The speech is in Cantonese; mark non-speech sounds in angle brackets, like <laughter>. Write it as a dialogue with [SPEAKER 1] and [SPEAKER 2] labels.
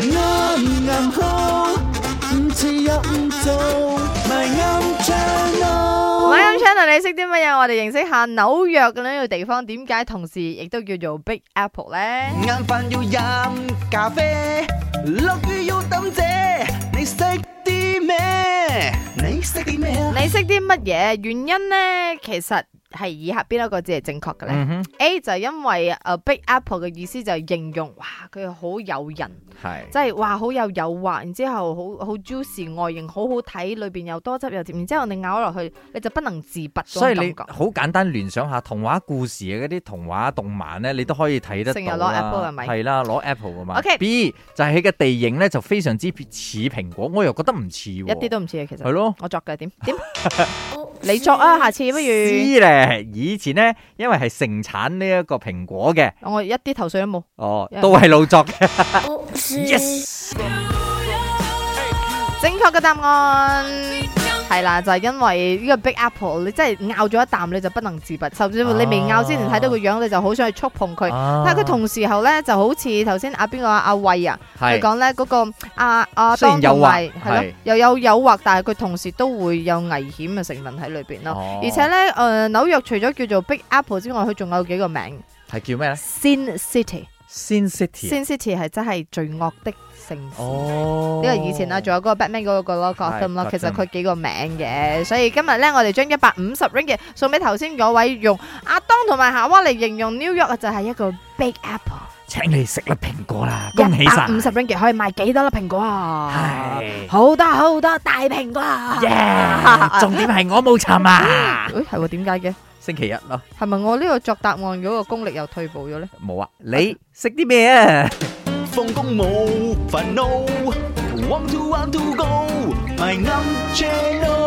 [SPEAKER 1] 啱啱好，唔似又唔做，咪啱 channel。
[SPEAKER 2] My Young Channel，你識啲乜嘢？我哋認識下紐約嘅呢個地方，點解同時亦都叫做 Big Apple 咧？
[SPEAKER 1] 晏飯要飲咖啡，落雨要抌遮，你識啲咩？你識啲咩啊？
[SPEAKER 2] 你識啲乜嘢？原因咧，其實係以下邊一個字係正確嘅咧、
[SPEAKER 3] 嗯哼，
[SPEAKER 2] a 就係因為诶、呃 Big Apple 嘅意思就係形容哇，佢好誘人，
[SPEAKER 3] 係
[SPEAKER 2] 即係哇好有誘惑，然之后好好 juicy，外形好好睇，裏边又多汁又甜，然之后你咬落去你就不能自拔嗰
[SPEAKER 3] 所以
[SPEAKER 2] 種
[SPEAKER 3] 你
[SPEAKER 2] 感覺。
[SPEAKER 3] 好簡單聯想下童話故事嘅嗰啲童話動漫咧，你都可以睇得到
[SPEAKER 2] 成日
[SPEAKER 3] 啦
[SPEAKER 2] 攞 Apple 啊係咪
[SPEAKER 3] 係啦，攞 Apple 啊噶嘛。
[SPEAKER 2] OK
[SPEAKER 3] B 就係佢嘅地形咧，就非常之似蘋果，我又覺得唔似喎。
[SPEAKER 2] 一啲都唔似嘅，其
[SPEAKER 3] 係
[SPEAKER 2] 實
[SPEAKER 3] 咯。
[SPEAKER 2] 我作嘅點點，你作啊，下次不如
[SPEAKER 3] 知咧，以前咧，因為係盛產呢一個蘋果嘅，
[SPEAKER 2] 我一啲頭緒都冇。
[SPEAKER 3] 哦
[SPEAKER 2] 因為，
[SPEAKER 3] 都係老作
[SPEAKER 2] <laughs>
[SPEAKER 3] 嘅。yes，
[SPEAKER 2] 正確嘅答案係啦，就係因為呢個 Big Apple，你真係咬咗一啖你就不能自拔，甚至乎你未咬之前睇到個樣，你就好想去觸碰佢。哦但
[SPEAKER 3] 但
[SPEAKER 2] 係佢同時候咧就好似頭先阿邊個啊阿慧啊，佢
[SPEAKER 3] 係
[SPEAKER 2] 講咧嗰個阿阿
[SPEAKER 3] 雖然
[SPEAKER 2] 當同埋
[SPEAKER 3] 誘惑
[SPEAKER 2] 係咯
[SPEAKER 3] 係，
[SPEAKER 2] 又有誘惑，但係佢同時都會有危險嘅成分喺裏邊咯。
[SPEAKER 3] 哦
[SPEAKER 2] 而且咧，誒、紐約除咗叫做 Big Apple 之外，佢仲有幾個名
[SPEAKER 3] 係叫咩咧
[SPEAKER 2] ，Sin City，Sin
[SPEAKER 3] ？Sin City。
[SPEAKER 2] City 係真係罪惡的城市。
[SPEAKER 3] 哦，
[SPEAKER 2] 呢個以前啦，仲有嗰個 Batman 嗰個咯
[SPEAKER 3] 係
[SPEAKER 2] Gotham 咯，其實
[SPEAKER 3] Gotham
[SPEAKER 2] 佢幾個名嘅，所以今日咧我哋將一百五十 ringgit 送俾頭先嗰位用阿當同埋夏娃嚟形容 New York 啊就係一個 Big Apple，
[SPEAKER 3] 請你食粒蘋果啦，恭喜
[SPEAKER 2] 一
[SPEAKER 3] 晒！
[SPEAKER 2] 百五十 ringgit 可以賣幾多粒蘋果啊？
[SPEAKER 3] 係
[SPEAKER 2] 好多好多大蘋果啊！
[SPEAKER 3] 耶！重點係我冇沉啊！
[SPEAKER 2] 誒係喎，點解嘅？
[SPEAKER 3] 星期一咯，
[SPEAKER 2] 係咪我呢個作答案嗰個功力又退步咗咧？
[SPEAKER 3] 冇啊！你食啲咩啊？
[SPEAKER 1] 放工冇煩惱，want to want to go，咪啱 channel。